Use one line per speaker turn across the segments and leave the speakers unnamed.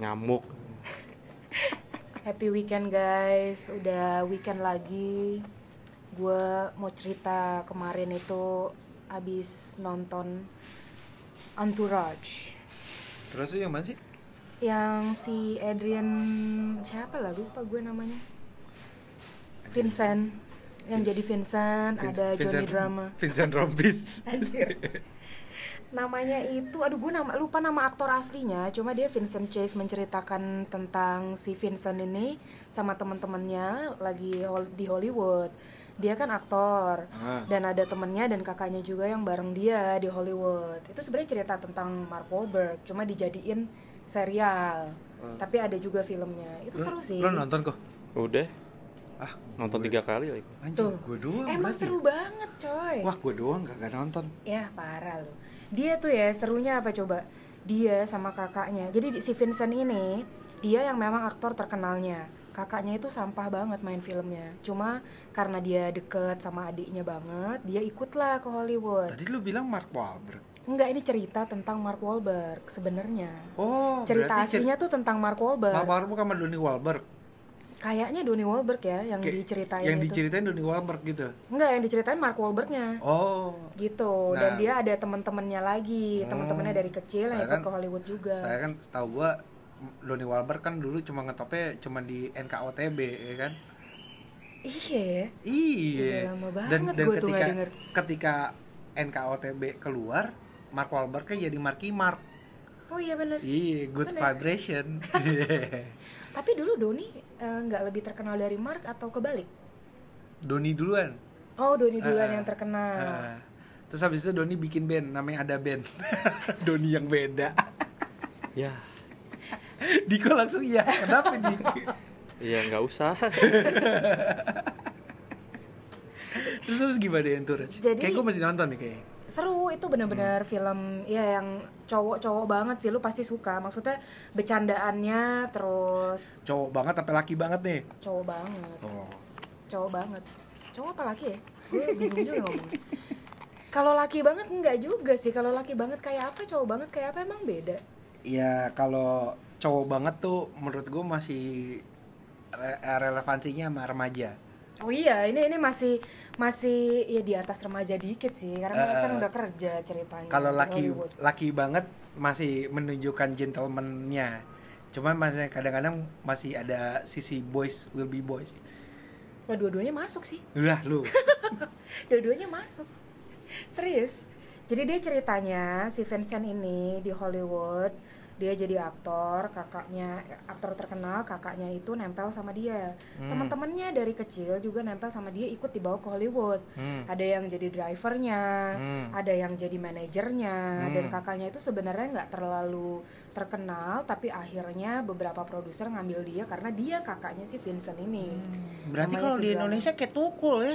ngamuk
Happy weekend guys, udah weekend lagi. Gue mau cerita kemarin itu abis nonton Entourage.
Terus itu yang mana sih?
Yang si Adrian siapa lah lupa gue namanya. Vincent yang jadi Vincent,
Vin-
ada Johnny Drama.
Vincent Robbins.
Anjir. Namanya itu, aduh gue nama, lupa nama aktor aslinya Cuma dia Vincent Chase menceritakan tentang si Vincent ini Sama temen-temennya lagi hol- di Hollywood Dia kan aktor
Ah.
Dan ada temennya dan kakaknya juga yang bareng dia di Hollywood Itu sebenarnya cerita tentang Mark Wahlberg Cuma dijadiin serial Tapi ada juga filmnya Itu
Lo-
seru sih
Lo Ah. nonton kok?
udah
Ah,
nonton tiga kali lagi
anjir,
Tuh.
gue doang.
Emang
berarti.
seru ya? banget coy
Wah, gue doang kagak nonton.
Ya parah loh. Dia tuh ya serunya apa coba? Dia sama kakaknya. Jadi di- si Vincent ini dia yang memang aktor terkenalnya. Kakaknya itu sampah banget main filmnya. Cuma karena dia deket sama adiknya banget, dia ikutlah ke Hollywood.
Tadi lu bilang Mark Wahlberg.
Enggak, ini cerita tentang Mark Wahlberg sebenarnya.
Oh,
cerita
berarti cer-
aslinya tuh tentang Mark Wahlberg.
Mark Wahlberg sama Donnie Wahlberg.
Kayaknya Donnie Wahlberg ya yang
Kayak-
diceritain
Yang
itu. Iya.
diceritain Donnie Wahlberg gitu.
Enggak, yang diceritain Mark Wahlbergnya.
Oh.
gitu dan
Nah.
dia ada teman-temannya lagi teman-temannya dari kecil yang
Saya
ikut
kan-
ke Hollywood juga
Saya kan setahu gue Donnie Wahlberg kan dulu cuma ngetopnya cuma di NKOTB ya kan?
iya ya
Iya.
Udah lama
dan
banget gua
dan
tuh
ketika
nggak denger.
ketika NKOTB keluar, Mark Wahlbergnya jadi Marky Mark.
oh iya bener
Iya, good
Bener.
vibration.
tapi dulu Doni eh, nggak lebih terkenal dari Mark atau kebalik
Doni duluan.
oh Doni duluan
Ah,
yang terkenal
Ah. terus habis itu Doni bikin band, namanya ada band. Doni yang beda.
ya
Diko langsung ya. Kenapa Diko?
ya nggak usah
Terus terus gimana ya Entourage?
Jadi-
Kayak gue masih nonton nih kayaknya.
seru itu
Hmm.
bener-bener film ya yang cowok-cowok banget sih lu pasti suka maksudnya bercandaannya terus
Cowok banget apa laki banget nih?
cowok banget
Oh.
cowok banget cowok apa laki ya gue bingung juga ngomongnya kalau laki banget nggak juga sih kalau laki banget kayak apa cowok banget kayak apa emang beda
Ya kalau cowok banget tuh menurut gue masih re- eh, relevansinya sama remaja.
oh iya ini ini masih masih ya di atas remaja dikit sih karena mereka kan
Eh,
udah kerja ceritanya
Kalau
di
laki
Hollywood.
laki banget masih menunjukkan gentleman-nya. Cuman masih kadang-kadang masih ada sisi boys will be boys.
Wah, Oh, dua-duanya masuk sih
Lah lu.
dua-duanya masuk serius jadi dia ceritanya si Vincent ini di Hollywood dia jadi aktor kakaknya aktor terkenal kakaknya itu nempel sama dia
Hmm.
teman-temannya dari kecil juga nempel sama dia ikut dibawa ke Hollywood
Hmm.
ada yang jadi drivernya
Hmm.
ada yang jadi manajernya
Hmm.
dan kakaknya itu sebenarnya nggak terlalu terkenal tapi akhirnya beberapa produser ngambil dia karena dia kakaknya si Vincent ini
Hmm. Berarti
Namanya
kalau
si
di
Drama.
Indonesia kayak tukul ya.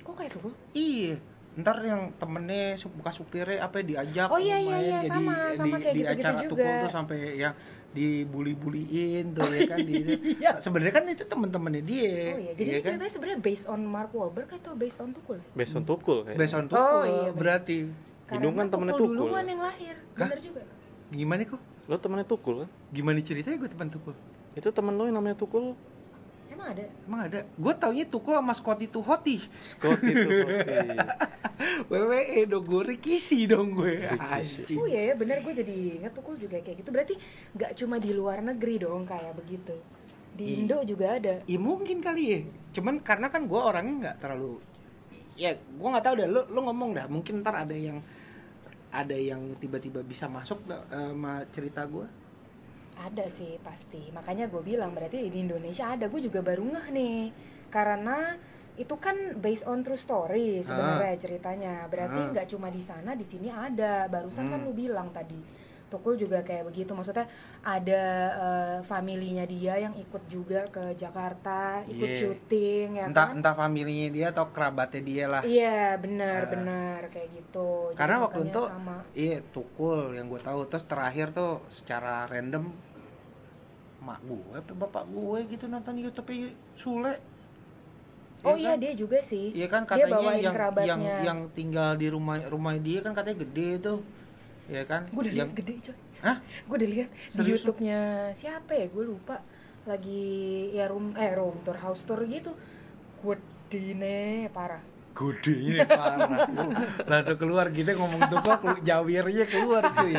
kok kayak gitu? tuh
Iya. Ntar yang temennya su- buka supirnya apa ya, diajak
Oh, iya,
lumayan
iya, iya, sama, sama kayak
di
gitu-gitu
acara
juga.
tukul tuh sampai ya dibully-buliin tuh ya kan di
Iya.
sebenarnya kan itu temen-temennya dia
Oh iya, jadi
ya
ini
kan?
ceritanya sebenarnya based on Mark Wahlberg atau based on Tukul? ya?
based on tukul kayak
Based on tukul
Oh, iya, bener.
berarti
Inung kan temennya Tukul.
duluan yang lahir, bener juga.
gimana kok
lo temennya tukul kan
gimana ceritanya gue teman tukul
itu temen lo yang namanya tukul
Emang ada?
emang ada gue taunya tukul sama Scotty itu hoti
Scott itu Scotty.
WWE E dong gue Rikishi dong gue
Rikishi.
anjing
Oh iya ya, bener gue jadi inget Tukul juga kayak gitu. Berarti nggak cuma di luar negeri dong kayak begitu. Di
Iya.
Indo juga ada.
Iya mungkin kali ya. Cuman karena kan gue orangnya nggak terlalu ya gue nggak tahu dah lo lo ngomong dah mungkin ntar ada yang ada yang tiba-tiba bisa masuk dah, eh, sama cerita gue
Ada sih pasti. Makanya gue bilang berarti di Indonesia ada. Gue juga baru ngeh nih. Karena itu kan based on true story sebenarnya ceritanya. Berarti
Ah. Hmm.
nggak cuma di sana, di sini ada. Barusan kan lu bilang tadi. Tukul juga kayak begitu. Maksudnya ada eh, familinya dia yang ikut juga ke Jakarta, ikut
Iya.
syuting ya
entah
kan.
entah familinya dia atau kerabatnya dia lah
Iya, benar benar kayak gitu. Jadi
Ah. karena waktu
makanya
itu
sama.
iya tukul yang gue tahu terus terakhir tuh secara random mak gue apa bapak gue gitu nonton YouTube Sule
Oh iya
Iya kan?
dia juga sih.
Iya kan
dia
katanya
bawain
yang
kerabatnya.
yang yang tinggal di rumah rumah dia kan katanya gede tuh. Ya kan?
Gue udah
yang
liat gede coy.
Hah?
gue udah lihat di
Serius lu?
YouTube-nya siapa ya gue lupa lagi ya room eh room tour house tour gitu gue dine parah
Gede ini parah. Langsung keluar gitu ngomong tukok lu- jawirnya keluar cuy.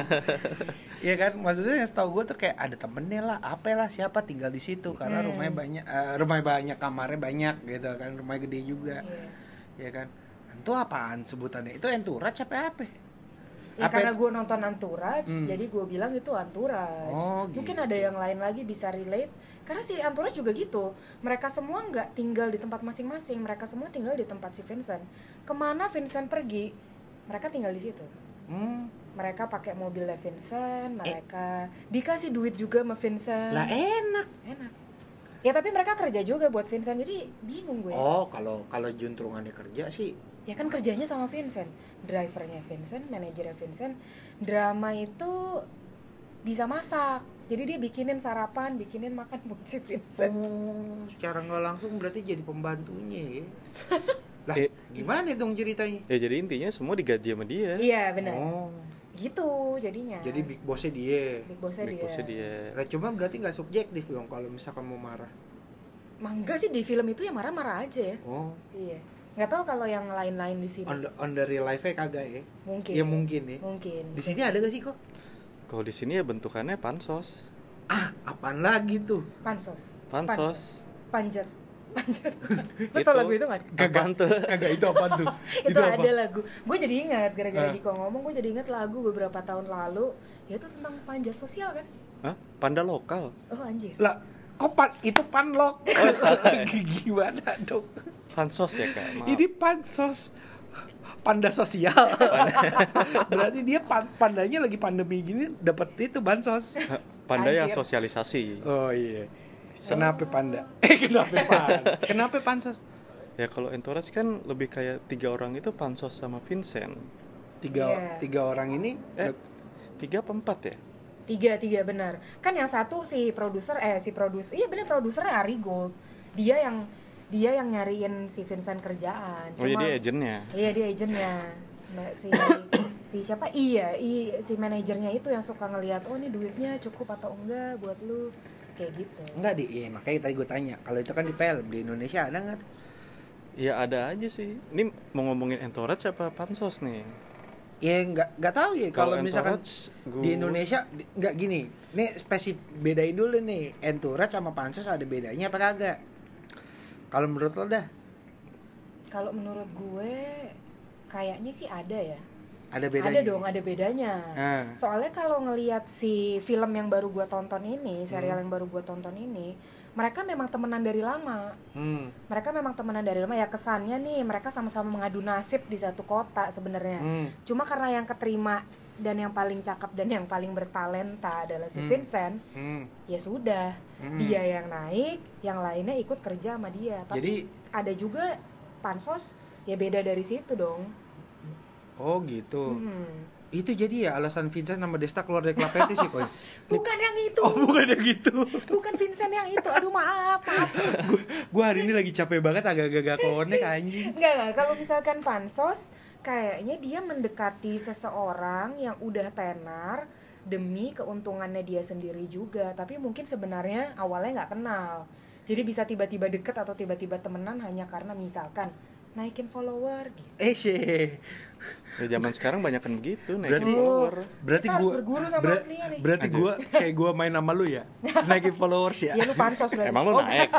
Iya kan? Maksudnya yang setahu gue tuh kayak ada temennya lah, apa lah siapa tinggal di situ karena
Hmm.
rumahnya banyak eh, rumahnya banyak, kamarnya banyak gitu kan, rumahnya gede juga.
Iya.
Iya kan? Itu apaan sebutannya? Itu entourage apa apa?
Ya
Apa
karena
itu?
gue nonton Anturaj,
Hmm.
jadi gue bilang itu Anturaj.
Oh, gitu.
Mungkin ada yang lain lagi bisa relate. Karena si Anturaj juga gitu. Mereka semua nggak tinggal di tempat masing-masing. Mereka semua tinggal di tempat si Vincent. Kemana Vincent pergi, mereka tinggal di situ.
Hmm.
Mereka pakai mobilnya Vincent. Mereka dikasih duit juga sama Vincent.
Eh. Lah eh, enak.
Enak. Ya tapi mereka kerja juga buat Vincent. Jadi bingung gue.
Oh, kalau kalau juntrungannya kerja sih
ya kan kerjanya sama Vincent drivernya Vincent manajernya Vincent drama itu bisa masak jadi dia bikinin sarapan bikinin makan buat si Vincent
Oh, secara nggak langsung berarti jadi pembantunya ya. lah,
Eh.
gimana dong ceritanya?
ya jadi intinya semua digaji sama dia
iya benar
Oh,
gitu jadinya
jadi big bossnya dia.
big bossnya
Big
dia.
bossnya dia
Nah, cuma berarti nggak subjektif dong kalau misalkan mau marah.
Mah, enggak sih di film itu ya marah-marah aja ya
Oh,
iya nggak tahu kalau yang lain-lain di sini
on the, on the real life kagak ya?
mungkin
Ya mungkin ya.
mungkin
Di sini ada gak sih kok?
kalau di sini ya bentukannya pansos
Ah, apaan lagi tuh?
pansos
pansos
panjer panjer lo
Gitu.
tau lagu itu nggak
Apaan tuh?
Kagak itu apaan tuh?
itu ada lagu gue jadi ingat gara-gara
Ah.
Diko ngomong gue jadi ingat lagu beberapa tahun lalu yaitu tentang panjat sosial kan
Hah? panda lokal
oh anjir
Lah, kok pan, itu panlok? Gimana dong?
pansos ya kak maaf
Ini pansos panda sosial. Berarti dia pan- pandanya lagi pandemi gini dapat itu bansos.
Hah, panda yang
Anjir.
sosialisasi
Oh iya. Kenapa panda? Eh kenapa panda? Kenapa pansos?
ya kalau entourage kan lebih kayak tiga orang itu pansos sama Vincent
Tiga
Iya.
tiga orang ini
eh tiga apa empat ya
tiga tiga benar kan yang satu si produser eh si produser iya benar produsernya Ari Gold dia yang dia yang nyariin si Vincent kerjaan
oh jadi agentnya
iya dia agentnya Nah, si si siapa iya i, si manajernya itu yang suka ngelihat oh ini duitnya cukup atau enggak buat lu kayak gitu
enggak di iya, makanya tadi gue tanya kalau itu kan di film di Indonesia ada nggak? tuh?
ya ada aja sih ini mau ngomongin entourage apa pansos nih
Ya nggak nggak tahu ya kalau misalkan
entourage,
di
gua-
Indonesia di- nggak gini. Nih spesif bedain dulu nih entourage sama pansos ada bedanya apa kagak? Kalau menurut lo dah
kalau menurut gue kayaknya sih ada ya
ada bedanya?
Ada dong, ada bedanya.
Ah.
Soalnya kalau ngelihat si film yang baru gua tonton ini, serial yang
Hmm.
baru gua tonton ini, mereka memang temenan dari lama.
Hmm.
Mereka memang temenan dari lama ya kesannya nih mereka sama-sama mengadu nasib di satu kota sebenarnya.
Hmm.
Cuma karena yang keterima dan yang paling cakep dan yang paling bertalenta adalah si
Hmm.
Vincent,
Hmm.
ya sudah,
Hmm.
dia yang naik, yang lainnya ikut kerja sama dia. Tapi
Jadi
ada juga pansos ya beda dari situ dong.
oh gitu.
Hmm.
Itu jadi ya alasan Vincent sama Desta keluar dari klub itu sih koi.
Bukan yang itu.
Oh bukan gitu.
Bukan Vincent yang itu. Aduh maaf, maaf.
Gue hari ini lagi capek banget agak-agak gak konek anjing.
Enggak lah, kalau misalkan pansos kayaknya dia mendekati seseorang yang udah tenar demi keuntungannya dia sendiri juga, tapi mungkin sebenarnya awalnya nggak kenal. Jadi bisa tiba-tiba deket atau tiba-tiba temenan hanya karena misalkan naikin follower gitu.
Eh sih.
ya zaman sekarang banyak kan begitu naikin
Berarti Oh.
follower
berarti
Kita harus
gue
berguru sama aslinya nih.
berarti gue kayak gue main sama lu ya naikin followers ya.
Ya lu pansos berarti.
emang
Oh.
lo naik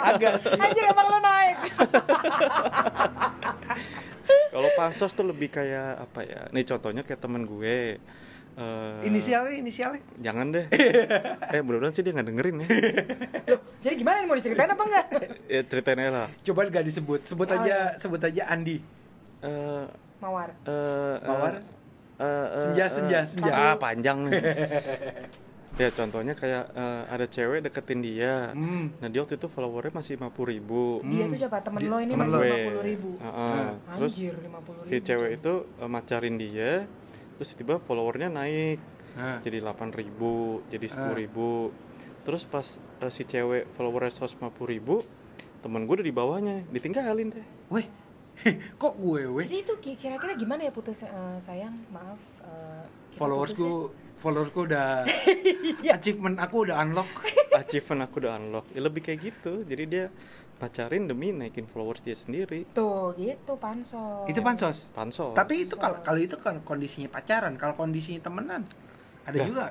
Agak sih.
Anjir emang lo naik.
kalau pansos tuh lebih kayak apa ya nih contohnya kayak temen gue Eh,
Inisialnya inisialnya.
jangan deh eh mudah-mudahan sih dia nggak dengerin ya
Loh, jadi gimana nih mau diceritain apa enggak?
ya ceritain aja lah
Coba gak disebut. Sebut
Oh,
aja sebut aja Andi.
Eh,
Mawar.
eh,
Mawar?
eh, eh,
Senja,
eh,
senja,
eh,
senja.
ah panjang nih ya contohnya kayak eh, ada cewek deketin dia
Hmm.
nah dia waktu itu followernya masih 50.000 ribu
Dia tuh siapa temen
Di-
lo ini
temen
masih
Nah. lo.
lima puluh ribu.
terus
Anjir lima puluh ribu.
si cewek itu eh, macarin dia terus tiba followernya naik
Ah.
jadi 8.000
Nah.
jadi 10.000 terus pas eh, si cewek followernya 150.000 temen gue udah di bawahnya ditinggalin deh
Weh. Kok gue weh?
Jadi itu ki- kira-kira gimana ya putus eh, sayang? Maaf. eh, kita
Followers
putus ya? Iya.
gue followersku udah achievement aku udah unlock
achievement aku udah unlock ya, lebih kayak gitu jadi dia pacarin demi naikin followers dia sendiri
Tuh gitu pansos.
itu pansos
pansos
tapi itu kalau kalau itu kan kondisinya pacaran kalau kondisinya temenan ada
Dah.
juga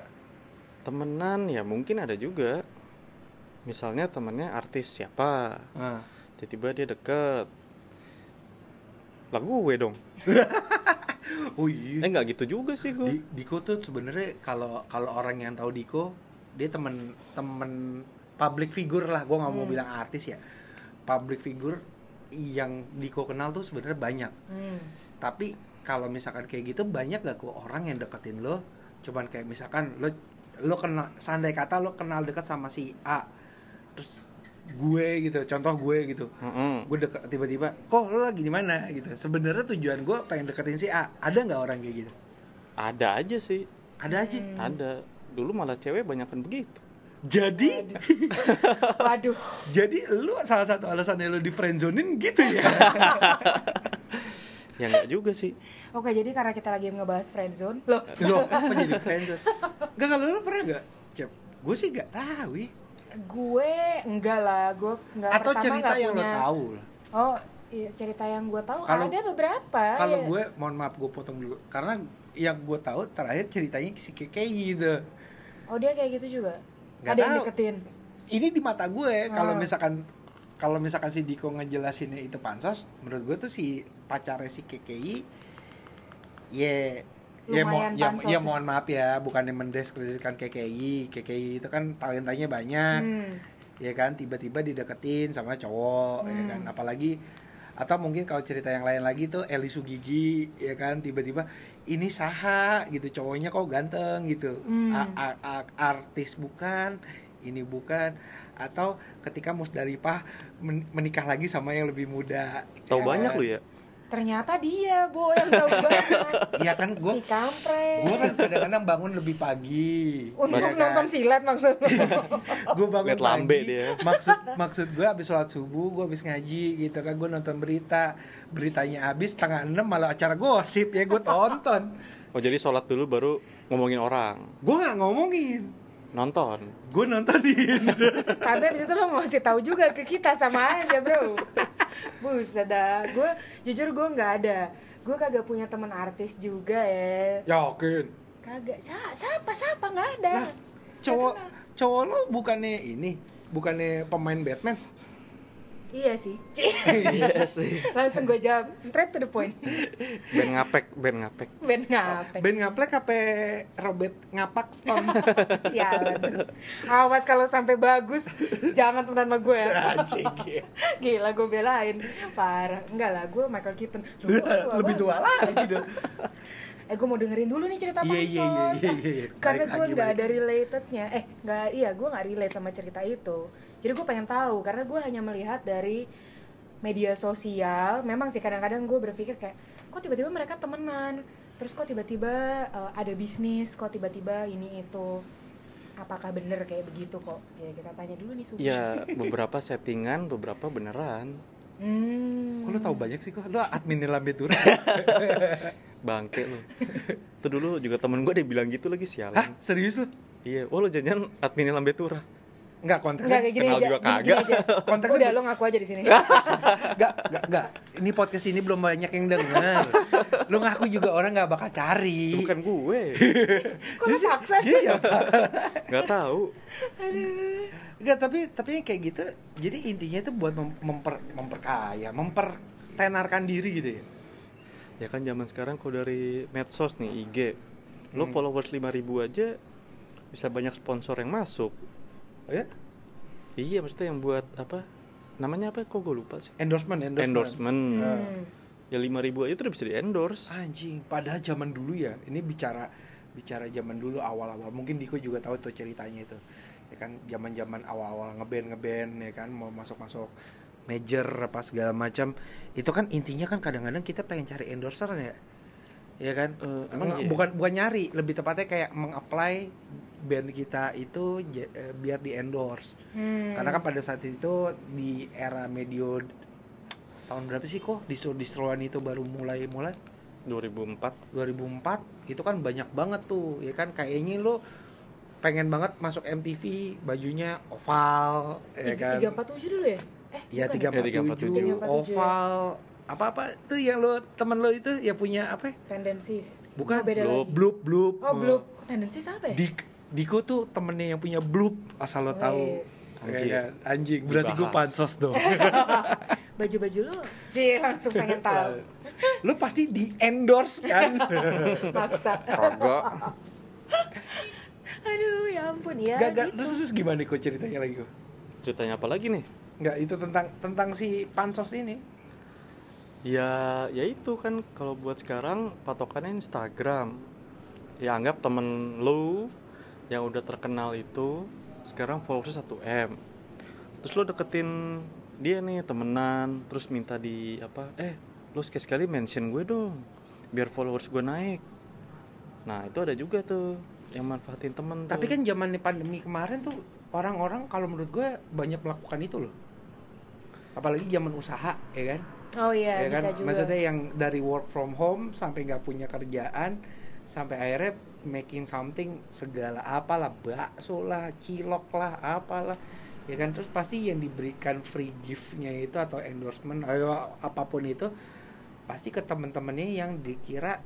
temenan ya mungkin ada juga misalnya temennya artis siapa
Ah.
tiba-tiba dia deket lah gue dong
oh iya
eh nggak gitu juga sih gue
Di- Diko tuh sebenarnya kalau kalau orang yang tahu Diko dia temen temen public figure lah gua nggak mau
Hmm.
bilang artis ya public figure yang Diko kenal tuh sebenarnya banyak
Hmm.
tapi kalau misalkan kayak gitu banyak gak kok orang yang deketin lo cuman kayak misalkan lo lo kenal sandai kata lo kenal dekat sama si A terus gue gitu contoh gue gitu
Mm-mm.
gue deket tiba-tiba kok lo lagi di mana gitu sebenarnya tujuan gue pengen deketin si A ada nggak orang kayak gitu
ada aja sih
ada aja
Hmm.
ada dulu malah cewek banyakan begitu
jadi
Waduh.
jadi lu salah satu alasannya lu di friendzonin gitu ya
ya nggak juga sih
Oke, jadi karena kita lagi ngebahas friendzone, loh.
lo apa jadi friendzone nggak kalau lu pernah nggak Cep gue sih nggak tahu ya.
Gue enggak lah, gue enggak
atau
pertama
cerita
enggak
yang lo
punya-
tahu
Oh, iya, cerita yang gue tahu
Kalau-
ada beberapa.
kalau
ya.
gue mohon maaf gue potong dulu karena yang gue tahu terakhir ceritanya si keke gitu
Oh, dia kayak gitu juga.
Nggak
ada yang
tahu.
deketin.
ini di mata gue kalau
Ah.
misalkan kalau misalkan si Diko ngejelasinnya itu pansos menurut gue tuh si pacarnya si KKI ya ya, mo-
Lumayan
ya,
pansos
ya
sih.
mohon maaf ya bukannya mendiskreditkan KKI KKI itu kan talentanya banyak
Hmm.
ya kan tiba-tiba dideketin sama cowok ya
Hmm.
kan apalagi atau mungkin kalau cerita yang lain lagi tuh Eli Sugigi ya kan tiba-tiba ini saha gitu cowoknya kok ganteng gitu
Hmm.
A- a- a- artis bukan ini bukan atau ketika Musdalifah men- menikah lagi sama yang lebih muda
tahu
ya
banyak
kan?
lu ya
Ternyata dia, Bo, yang tahu banget.
Iya kan gue
si kampret.
gue kan kadang-kadang bangun lebih pagi
Untuk
ya kan?
nonton silat maksudnya.
gue bangun
Liat lambe
pagi,
dia.
maksud maksud gue abis sholat subuh gue abis ngaji gitu kan gue nonton berita beritanya abis tengah enam malah acara gosip ya gue tonton
oh jadi sholat dulu baru ngomongin orang
gue nggak ngomongin
nonton
gue nontonin
Tapi abis itu lo ngasih tahu juga ke kita sama aja bro Buset dah Gue jujur gue nggak ada Gue kagak punya teman artis juga ya
yakin
Kagak Sa- Siapa siapa nggak ada
lah cowok cowok lo bukannya ini bukannya pemain Batman
Iya sih
Iya
Langsung gue jawab Straight to the point
ben ngapek ben ngapek
Ben ngapain
Ben Ngaplek apa Robert Ngapak Stone
Sialan Awas kalau sampai bagus Jangan temenan sama gue ya
iya.
Gila gue belain Parah Enggak lah gue Michael Keaton Loh, gua tua
Iya, lebih tua lagi dong
Eh gue mau dengerin dulu nih cerita
Iya, iya,
Pansos.
iya, iya, iya.
Karena
Balik
gue
lagi,
nggak
balik
ada relatednya Eh nggak iya gue nggak relate sama cerita itu Jadi gue pengen tahu Karena gue hanya melihat dari media sosial Memang sih kadang-kadang gue berpikir kayak Kok tiba-tiba mereka temenan Terus kok tiba-tiba eh, ada bisnis Kok tiba-tiba ini itu Apakah bener kayak begitu kok Jadi kita tanya dulu nih Sugi
ya beberapa settingan beberapa beneran
Hmm.
Kok lo tau banyak sih kok? Lo admin Lambe Tura?
Iya, bangke lu itu dulu juga temen gue dia bilang gitu lagi
Hah?
sialan
Serius lo?
iya oh lo jangan admin lambe tura
Enggak konteksnya
Enggak kayak gini
Kenal
aja,
juga
gini, gini
kagak.
aja.
Konteksnya
Udah
be-
lo ngaku aja di sini.
Gak, gak, gak. Ini podcast ini belum banyak yang denger. Lu ngaku juga orang gak bakal cari.
bukan gue
Kok lo paksa?
Iya, Pak.
nggak tahu
Aduh.
Gak, tapi tapi kayak gitu. Jadi intinya itu buat mem- memper memperkaya, mempertenarkan diri gitu ya.
ya kan zaman sekarang kalau dari medsos nih IG lo followers 5000 aja bisa banyak sponsor yang masuk
Oh ya?
iya maksudnya yang buat apa namanya apa kok gue lupa sih
Endorsement, endorsement.
endorsement,
Hmm.
ya 5000 aja itu udah bisa di endorse
Anjing, padahal zaman dulu ya. Ini bicara bicara zaman dulu awal-awal. Mungkin Diko juga tahu tuh ceritanya itu. Ya kan zaman-zaman awal-awal ngeband ngeband ya kan mau masuk-masuk major apa segala macam. Itu kan intinya kan kadang-kadang kita pengen cari endorser ya. Ya kan?
Eh, emang
Emang
iya?
bukan bukan nyari, lebih tepatnya kayak mengapply band kita itu j- eh, biar di endorse.
Hmm.
Karena kan pada saat itu di era medio tahun berapa sih kok distro distroan itu baru mulai mulai
2004
2004 itu kan banyak banget tuh ya kan kayaknya lo pengen banget masuk MTV bajunya oval ya kan
tiga empat tujuh dulu ya eh
ya
bukan
tiga
ya? Ya,
347.
347 oval apa apa tuh yang lo temen lo itu ya punya apa ya?
tendensis Oh,
bukan
beda
Blue.
lagi.
blup blup Eh,
oh belum tendensis apa ya
Dik Diko tuh temennya yang punya blup asal lo tahu
Wes.
Ya
Anjing.
kan? anjing berarti gue
Dibahas.
pansos dong
Iya. baju-baju lu cie langsung pengen tahu
lo pasti di endorse kan
Iya.
maksa
kagak
aduh ya ampun ya
Gak, gak.
gitu.
Terus, terus gimana Diko ceritanya lagi Diko?
ceritanya apa lagi nih
Enggak, itu tentang tentang si pansos ini.
Ya, ya itu kan kalau buat sekarang patokannya Instagram. Ya anggap temen lu yang udah terkenal itu sekarang followersnya 1M. Terus lu deketin dia nih temenan, terus minta di apa? Eh, lu sekali-sekali mention gue dong biar followers gue naik. Nah, itu ada juga tuh yang manfaatin temen
Tapi
tuh.
kan zaman pandemi kemarin tuh orang-orang kalau menurut gue banyak melakukan itu loh. Apalagi zaman usaha, ya kan?
oh iya
ya kan?
bisa juga
Maksudnya yang dari work from home sampai nggak punya kerjaan, sampai akhirnya making something segala apalah bakso lah, cilok lah, apalah. Ya kan terus pasti yang diberikan free gift-nya itu atau endorsement ayo apapun itu pasti ke temen-temennya yang dikira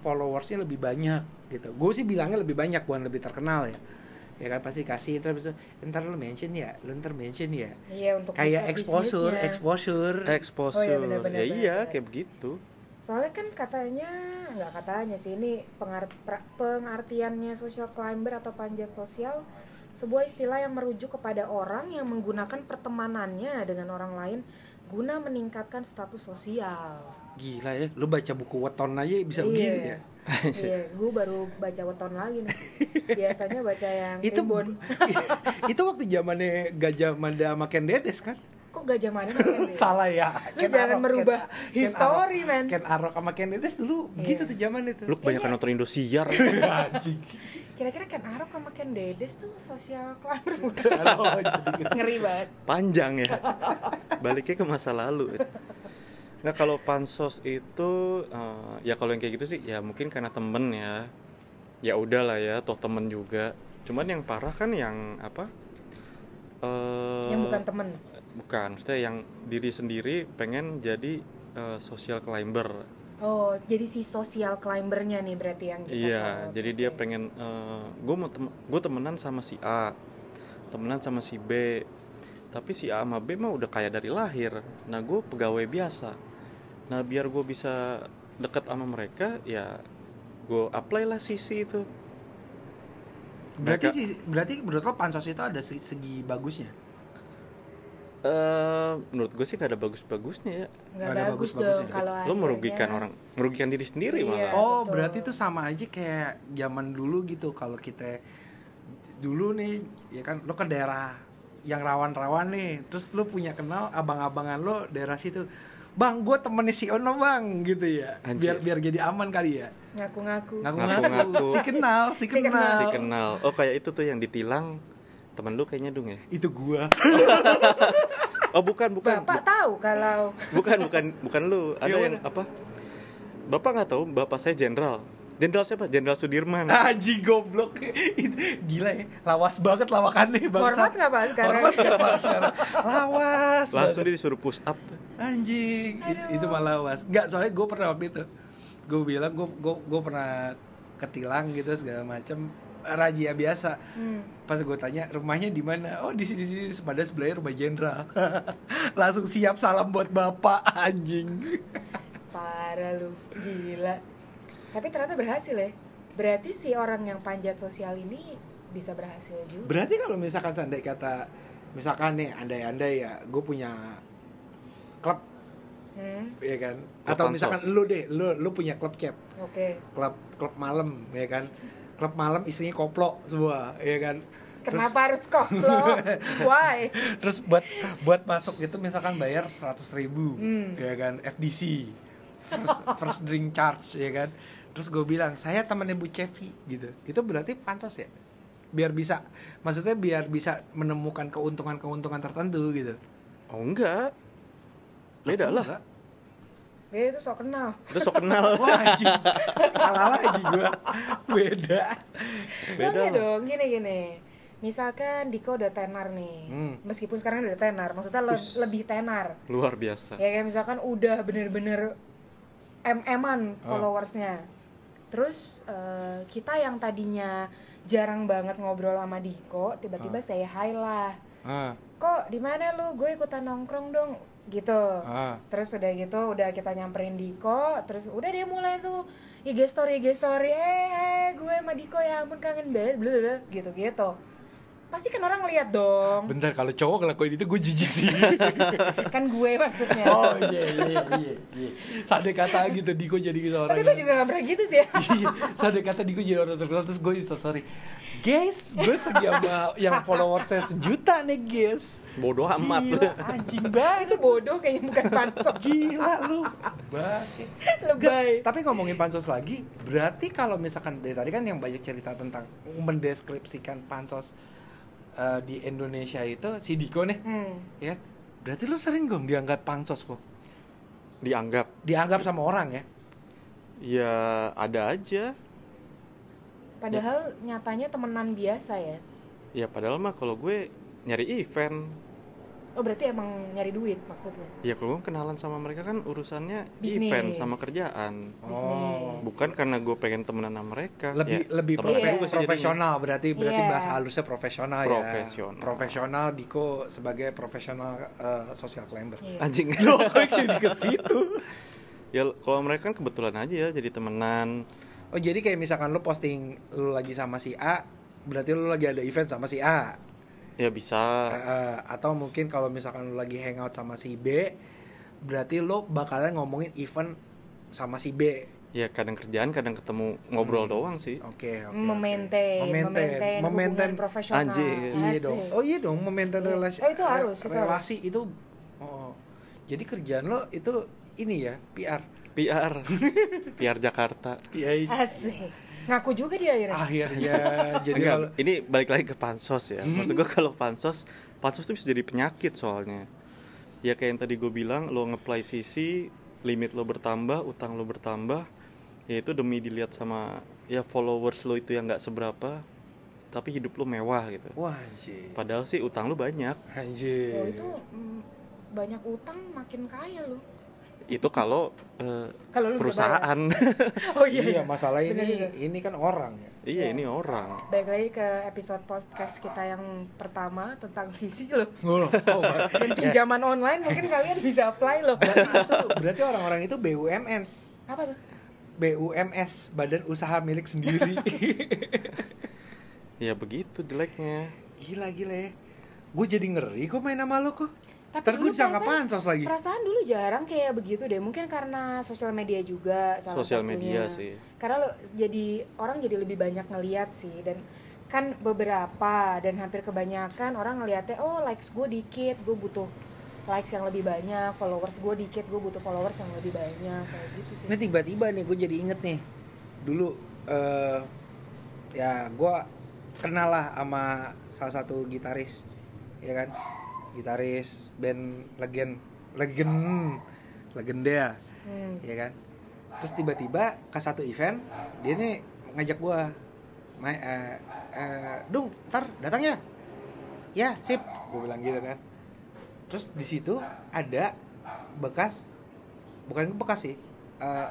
followersnya lebih banyak gitu. Gue sih bilangnya lebih banyak bukan lebih terkenal ya. Ya kan pasti kasih terus habis itu, ntar lu mention ya, lu ntar mention ya.
iya untuk bisa
Kayak exposure,
bisnisnya.
exposure.
exposure.
Oh iya, benar-benar,
ya iya,
benar-benar.
kayak begitu.
soalnya kan katanya nggak katanya sih ini pengar- pra- pengertiannya social climber atau panjat sosial sebuah istilah yang merujuk kepada orang yang menggunakan pertemanannya dengan orang lain guna meningkatkan status sosial.
Gila ya, lu baca buku weton aja bisa
Iya.
begini ya.
Iya, gue baru baca weton lagi nih. Biasanya baca yang
Itu
Primbon.
itu waktu zamannya Gajah Mada sama Ken Dedes kan?
Kok gajah mana? namanya?
Salah ya.
Lu jangan merubah history,
men.
men.
Ken Arok sama Ken Dedes dulu
Iya.
gitu tuh zaman itu.
Lu kebanyakan nonton Indosiar.
anjing.
Kira-kira Ken Arok sama Ken Dedes tuh sosial climber bukan?
Kalau jadi kes-
Ngeri banget.
panjang ya baliknya ke masa lalu nah kalau pansos itu eh, ya kalau yang kayak gitu sih ya mungkin karena temen ya ya udahlah ya toh temen juga cuman yang parah kan yang apa eh,
Yang bukan temen.
bukan maksudnya yang diri sendiri pengen jadi eh, social climber
Oh, jadi si sosial climbernya nih berarti yang kita
Iya,
sorot.
jadi dia pengen gue mau tem gue temenan sama si A, temenan sama si B, tapi si A sama B mah udah kaya dari lahir. Nah gue pegawai biasa. Nah biar gue bisa deket sama mereka, ya gue apply lah sisi itu.
Berarti
Mereka-
sih berarti menurut lo pansos itu ada se- segi bagusnya.
Eh, menurut gue sih gak ada bagus-bagusnya ya.
nggak
Ada
bagus,
bagus-bagusnya. ya?
dong kalau ya.
Lo
akhirnya-
merugikan orang, merugikan diri sendiri
Iya.
malah.
Oh,
betul.
berarti itu sama aja kayak zaman dulu gitu kalau kita dulu nih ya kan lo ke daerah yang rawan-rawan nih, terus lo punya kenal abang-abangan lo daerah situ. Bang, gue temennya si Ono bang gitu ya.
Anjir.
Biar biar jadi aman kali ya.
ngaku-ngaku.
Ngaku-ngaku.
Ngaku-ngaku. si kenal, si
Si kenal.
kenal.
Si kenal. Oh kayak itu tuh yang ditilang temen lu kayaknya dong ya.
Itu gua.
Oh bukan bukan.
Bapak tahu kalau
bukan bukan bukan lu ada
Ya
yang apa bapak nggak tahu bapak saya jenderal jenderal siapa jenderal Sudirman
Haji goblok. Itu Gila ya. Lawas banget lawakannya bangsa.
hormat nggak pak sekarang?
Hormat nggak, Pak, sekarang? Lawas. banget.
langsung dia disuruh push up
anjing i-
Aduh.
itu malah was nggak soalnya gue pernah waktu itu gue bilang gue gue pernah ketilang gitu segala macem razia biasa
Hmm.
pas gue tanya rumahnya di mana oh di sini sini pada sebelahnya rumah jenderal langsung siap salam buat bapak anjing
Parah lu, gila. Tapi ternyata berhasil ya. Berarti si orang yang panjat sosial ini bisa berhasil juga.
berarti kalau misalkan sandai kata misalkan nih andai-andai ya gue punya klub
Hmm,
ya kan
Klub
atau
Pansos.
misalkan lu deh lu lu punya klub cep
Oke.
klub klub malam ya kan klub malam isinya koplo semua ya kan terus
Kenapa harus koplo? Why?
terus buat buat masuk gitu misalkan bayar 100.000 ribu
Hmm.
ya kan FDC first, first drink charge ya kan terus gue bilang saya temannya Bu Cevi gitu itu berarti pansos ya biar bisa maksudnya biar bisa menemukan keuntungan keuntungan tertentu gitu
oh enggak beda lah
Enggak.
Dia itu sok kenal.
Itu sok kenal.
Wah anjing, salah lagi gua Beda
Beda
Enggak
lah.
dong, gini-gini. Misalkan Diko udah tenar nih,
Hmm.
meskipun sekarang udah tenar, maksudnya le-
Us.
lebih tenar.
Luar
Nah.
biasa.
Iya.
Ya kayak misalkan udah bener-bener MM-an
Ah.
followersnya. Terus eh, kita yang tadinya jarang banget ngobrol sama Diko, tiba-tiba saya hi lah.
ah,
Kok di mana lu? Gue ikutan nongkrong dong, gitu.
ah.
Terus udah gitu, udah kita nyamperin Diko, terus udah dia mulai tuh IG story, IG story, eh eh, gue sama Diko ya ampun kangen banget, blablabla, gitu-gitu. Pasti kan orang lihat dong,
Bentar kalau cowok ngelakuin itu gue jijik sih
kan gue maksudnya.
Oh iya iya iya iya Sadai kata gitu Diko jadi seorang
Tapi gue
yang-
juga gak pernah gitu sih ya.
Iya, Sadai kata Diko jadi orang terkenal Terus gue instastory Guys, gue segi sama yang followersnya sejuta nih guys
Bodoh amat.
Gila, anjing
itu
banget
bodoh kayaknya bukan pansos.
Gila lu Bangke
Lebay.
Tapi ngomongin pansos lagi, berarti kalau misalkan dari tadi kan yang banyak cerita tentang mendeskripsikan pansos eh, di Indonesia itu si Diko nih,
Hmm.
ya. kan? Berarti lu sering dong dianggap pansos kok,
Dianggap
dianggap sama orang ya.
ya ada aja.
Padahal nyatanya temenan biasa ya.
Ya padahal mah kalau gue nyari event,
Oh berarti emang nyari duit maksudnya.
ya kalau gue kenalan sama mereka kan urusannya
Bisnis.
event sama kerjaan.
Bisnis.
Oh, Bukan karena gue pengen temenan sama mereka.
Oh. Lebih
Ya,
lebih
temen juga
profe-
sih jadinya.
profesional berarti berarti
Iya.
bahasa halusnya profesional,
Profesional.
ya. Profesional Diko sebagai profesional eh, social climber.
Iya.
Anjing lo kok jadi ke situ. ya kalau mereka kan kebetulan aja ya jadi temenan.
Oh, jadi kayak misalkan lu posting lu lagi sama si A, berarti lu lagi ada event sama si A.
Ya bisa.
Eh, atau mungkin kalau misalkan lu lagi hangout sama si B berarti lu bakalan ngomongin event sama si B
Ya kadang kerjaan, kadang ketemu ngobrol doang sih.
oke oke oke.
Memaintain,
Memaintain,
memaintain,
memaintain.
hubungan profesional.
Anjir.
iya
Asik.
dong oh iya dong memaintain
Iya.
relasi
Oh, itu harus, itu
relasi itu oh jadi kerjaan lo itu ini ya PR
PR, PR Jakarta.
PIs
Asik. Ngaku juga dia akhirnya.
akhirnya jadi
Enggak,
kalau-
ini balik lagi ke pansos ya. Maksud gue kalau pansos, pansos tuh bisa jadi penyakit soalnya. Ya kayak yang tadi gue bilang, lo ngeplay sisi, limit lo bertambah, utang lo bertambah. Ya itu demi dilihat sama ya followers lo itu yang nggak seberapa, tapi hidup lo mewah gitu.
wah anjir
Padahal sih utang lo banyak.
anjir
Oh, itu mm, banyak utang makin kaya lu.
Itu kalau eh,
Kalau lu bisa bayar.
perusahaan.
Oh iya.
iya
iya.
masalah ini
Bener, bener.
ini kan orang ya
iya ini orang.
Baik lagi ke episode podcast kita yang pertama tentang sisi lo
oh,
dan pinjaman online mungkin kalian bisa apply loh.
berarti orang-orang itu BUMS
Apa tuh?
BUMS Badan Usaha Milik Sendiri
Ya begitu jeleknya.
gila gila ya gue jadi ngeri kok main sama lo kok
Tapi
ntar gue
dulu
disangka
perasaan-
pansos lagi
Perasaan dulu jarang kayak begitu deh. Mungkin karena sosial media juga salah
Sosial
satunya.
media sih.
Karena lo jadi orang jadi lebih banyak ngeliat sih dan kan beberapa dan hampir kebanyakan orang ngeliatnya oh likes gue dikit, gue butuh likes yang lebih banyak, followers gue dikit, gue butuh followers yang lebih banyak kayak gitu sih.
ini tiba-tiba nih gue jadi inget nih dulu eh ya gue kenal lah sama salah satu gitaris ya kan gitaris band legend legend legenda
Hmm.
ya kan terus tiba-tiba ke satu event dia nih ngajak gua main eh eh, dung ntar datang ya ya sip gue bilang gitu kan terus di situ ada bekas bukan bekas sih eh,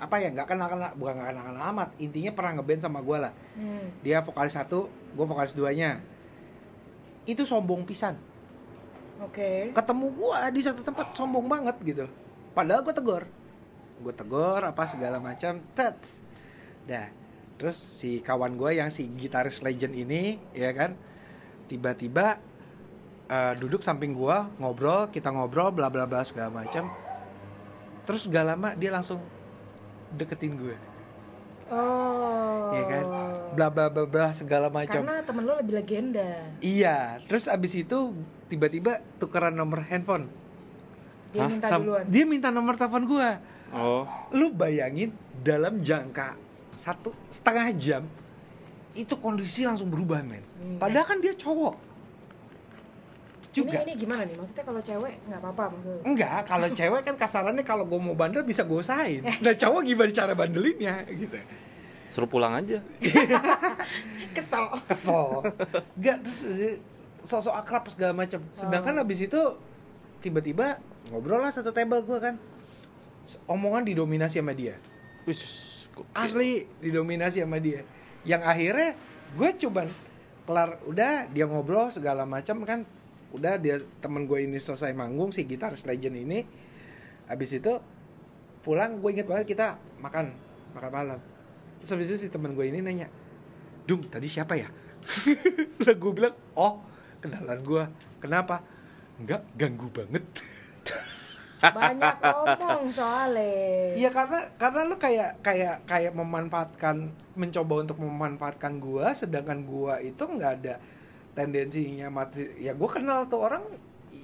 apa ya nggak kenal kenal bukan nggak kenal kenal amat intinya pernah ngeband sama gua lah
Hmm.
dia vokalis satu gue vokalis duanya itu sombong pisan
Oke.
ketemu gua di satu tempat sombong banget gitu padahal gua tegur gue tegur apa segala macam tet dah terus si kawan gua yang si gitaris legend ini ya kan tiba-tiba eh, duduk samping gua ngobrol kita ngobrol bla bla bla segala macam terus gak lama dia langsung deketin gue
Oh.
ya kan bla bla bla bla segala macam
Karena temen lo lebih legenda.
iya terus abis itu tiba-tiba tukeran nomor handphone
Dia
Hah?
minta
Sam-
duluan.
dia minta nomor telepon gua
Oh,
lu bayangin dalam jangka satu setengah jam itu kondisi langsung berubah men
Hmm.
padahal kan dia cowok juga
Ini, ini gimana nih? Maksudnya kalau cewek nggak apa-apa maksudnya.
Enggak, kalau cewek kan kasarannya kalau gue mau bandel bisa gue usahain. Nah cowok gimana cara bandelinnya gitu.
Suruh pulang aja.
Kesel.
Kesel. Enggak, terus eh, sosok akrab segala macam. Sedangkan
Oh.
habis itu tiba-tiba ngobrol lah satu table gue kan. Omongan didominasi sama dia.
Wis, gokil.
asli didominasi sama dia yang akhirnya gue cuman kelar udah dia ngobrol segala macam kan udah dia temen gue ini selesai manggung si gitaris legend ini habis itu pulang gue inget banget kita makan makan malam terus habis itu si temen gue ini nanya Dung tadi siapa ya lah gue bilang oh kenalan gue kenapa enggak ganggu banget
Banyak ngomong soalnya.
Iya karena karena lu kayak kayak kayak memanfaatkan mencoba untuk memanfaatkan gua sedangkan gua itu nggak ada tendensinya mati ya gua kenal tuh orang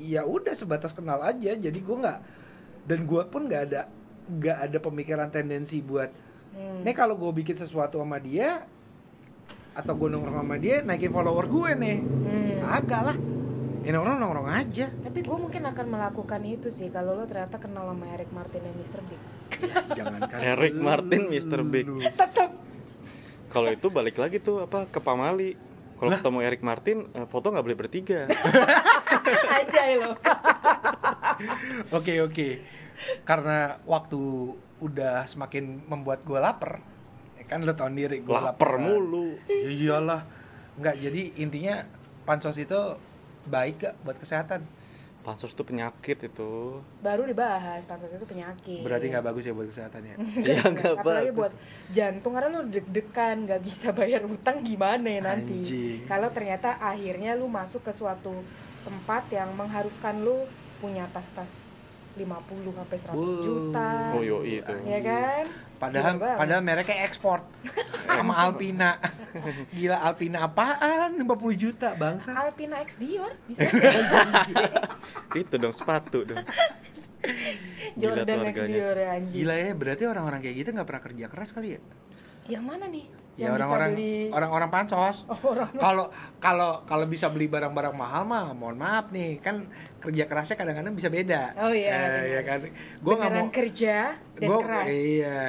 ya udah sebatas kenal aja jadi gua nggak dan gua pun nggak ada nggak ada pemikiran tendensi buat
Hmm.
nih kalau gua bikin sesuatu sama dia atau gua nongkrong sama dia naikin follower gue nih
Hmm.
agak lah ini orang nongkrong aja
Tapi gue mungkin akan melakukan itu sih kalau lo ternyata kenal sama Eric Martin dan Mr. Big.
jangan
Eric Martin, Mr. Big.
Tetap.
Kalau itu balik lagi tuh apa ke Pamali. Kalau ketemu Eric Martin, eh, foto nggak boleh bertiga.
Anjay lo.
Oke oke. Karena waktu udah semakin membuat gue lapar, ya kan lo tau diri gue
Lapar mulu.
Ya iyalah. Enggak jadi intinya pansos itu baik gak buat kesehatan?
Pansos tuh penyakit itu.
Baru dibahas pansos itu penyakit. Iya,
Berarti nggak bagus ya buat kesehatan ya?
Ya nggak
Apalagi
bagus.
buat jantung karena lo deg-degan nggak bisa bayar utang gimana ya nanti.
Anjing.
Kalau ternyata akhirnya lu masuk ke suatu tempat yang mengharuskan lu punya tas-tas 50 sampai 100
Wuh.
juta.
Oh, yoi itu.
Ya kan?
Padahal
Gila banget.
padahal mereknya ekspor sama Alpina. Gila Alpina apaan? 50 juta bangsa.
Alpina X Dior bisa
Itu dong sepatu dong. Gila tuh
Jordan X
harganya.
Dior ya, anjing.
Gila ya, berarti orang-orang kayak gitu nggak pernah kerja keras kali ya?
Yang mana nih? Yang bisa
Ya orang-orang
beli Oh.
orang-orang pansos.
orang
kalau kalau kalau bisa beli barang-barang mahal mah mohon maaf nih kan kerja kerasnya kadang-kadang bisa beda
Oh iya,
Eh,
benar.
ya kan gue nggak
beneran
mau
kerja dan
gua-
keras.
iya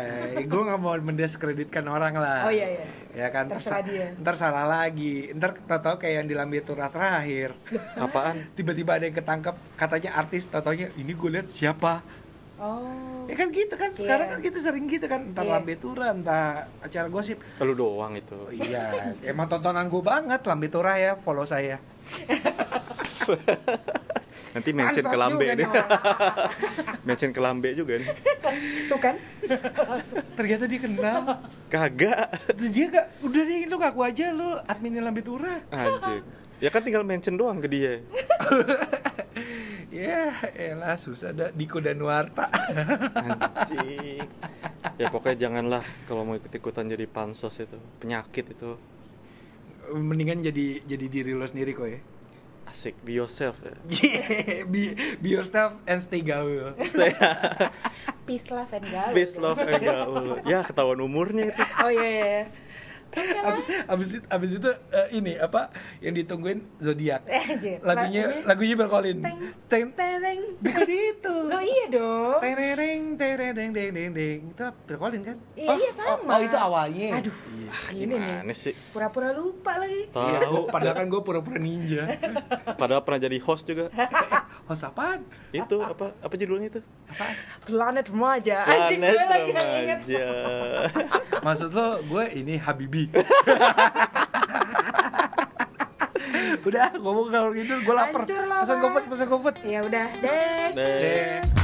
gue nggak mau mendiskreditkan orang
Oh,
lah
iya, iya.
ya kan ntar
Terserah
sa-
dia.
ntar salah lagi ntar tau-tau kayak yang di Lambe Tura terakhir
Apaan?
tiba-tiba ada yang ketangkep katanya artis tau-taunya ini gue lihat siapa
Oh.
ya kan gitu kan
Iya.
sekarang kan kita sering gitu kan entar
Iya.
Lambe Tura entar acara gosip
Lu doang itu.
Oh iya, emang tontonan gue banget Lambe Tura ya, follow saya.
Nanti mention
Pansos
ke Lambe
juga
deh.
nih orang.
mention ke Lambe juga nih.
Tuh kan?
ternyata dia kenal
Kagak.
Terus dia gak udah deh lu ngaku aja lu adminnya Lambe Tura
Anjir. Ya kan tinggal mention doang ke dia.
ya elah susah dah Diko Danuarta
Anjing. Ya pokoknya janganlah kalau mau ikut-ikutan jadi pansos itu. Penyakit itu.
mendingan jadi jadi diri lo sendiri kok ya
Asik, be yourself ya.
Yeah, be, be yourself and stay gaul
Peace love and gaul.
Peace, love, and gaul. Ya ketahuan umurnya itu.
Oh iya iya. iya. Oke lah.
abis abis itu, abis itu eh, ini apa yang ditungguin zodiak
Eh, anjir.
lagunya lagunya Bill Collins
Teng.
teng
Tereng.
bukan itu
Lo iya dong.
Tereng, tereng, tereng, tereng, tereng. Itu Bill Collins kan?
Iya,
Oh,
iya, sama.
Oh, itu awalnya.
Aduh, ah, ini nih.
Gimana sih?
Pura-pura lupa lagi.
Iya,
Tahu.
gua- padahal kan gue pura-pura ninja.
Padahal pernah jadi host juga.
Host apaan?
Itu apa apa judulnya itu?
Planet remaja. Anjing gue
Planet
lagi yang inget.
Remaja.
Maksud lo gue ini Habibi. Udah ngomong kalau gitu gue lapar.
Hancur lapar.
Pesan GoFood, pesan GoFood.
Ya udah deh.
Deh.
Deh.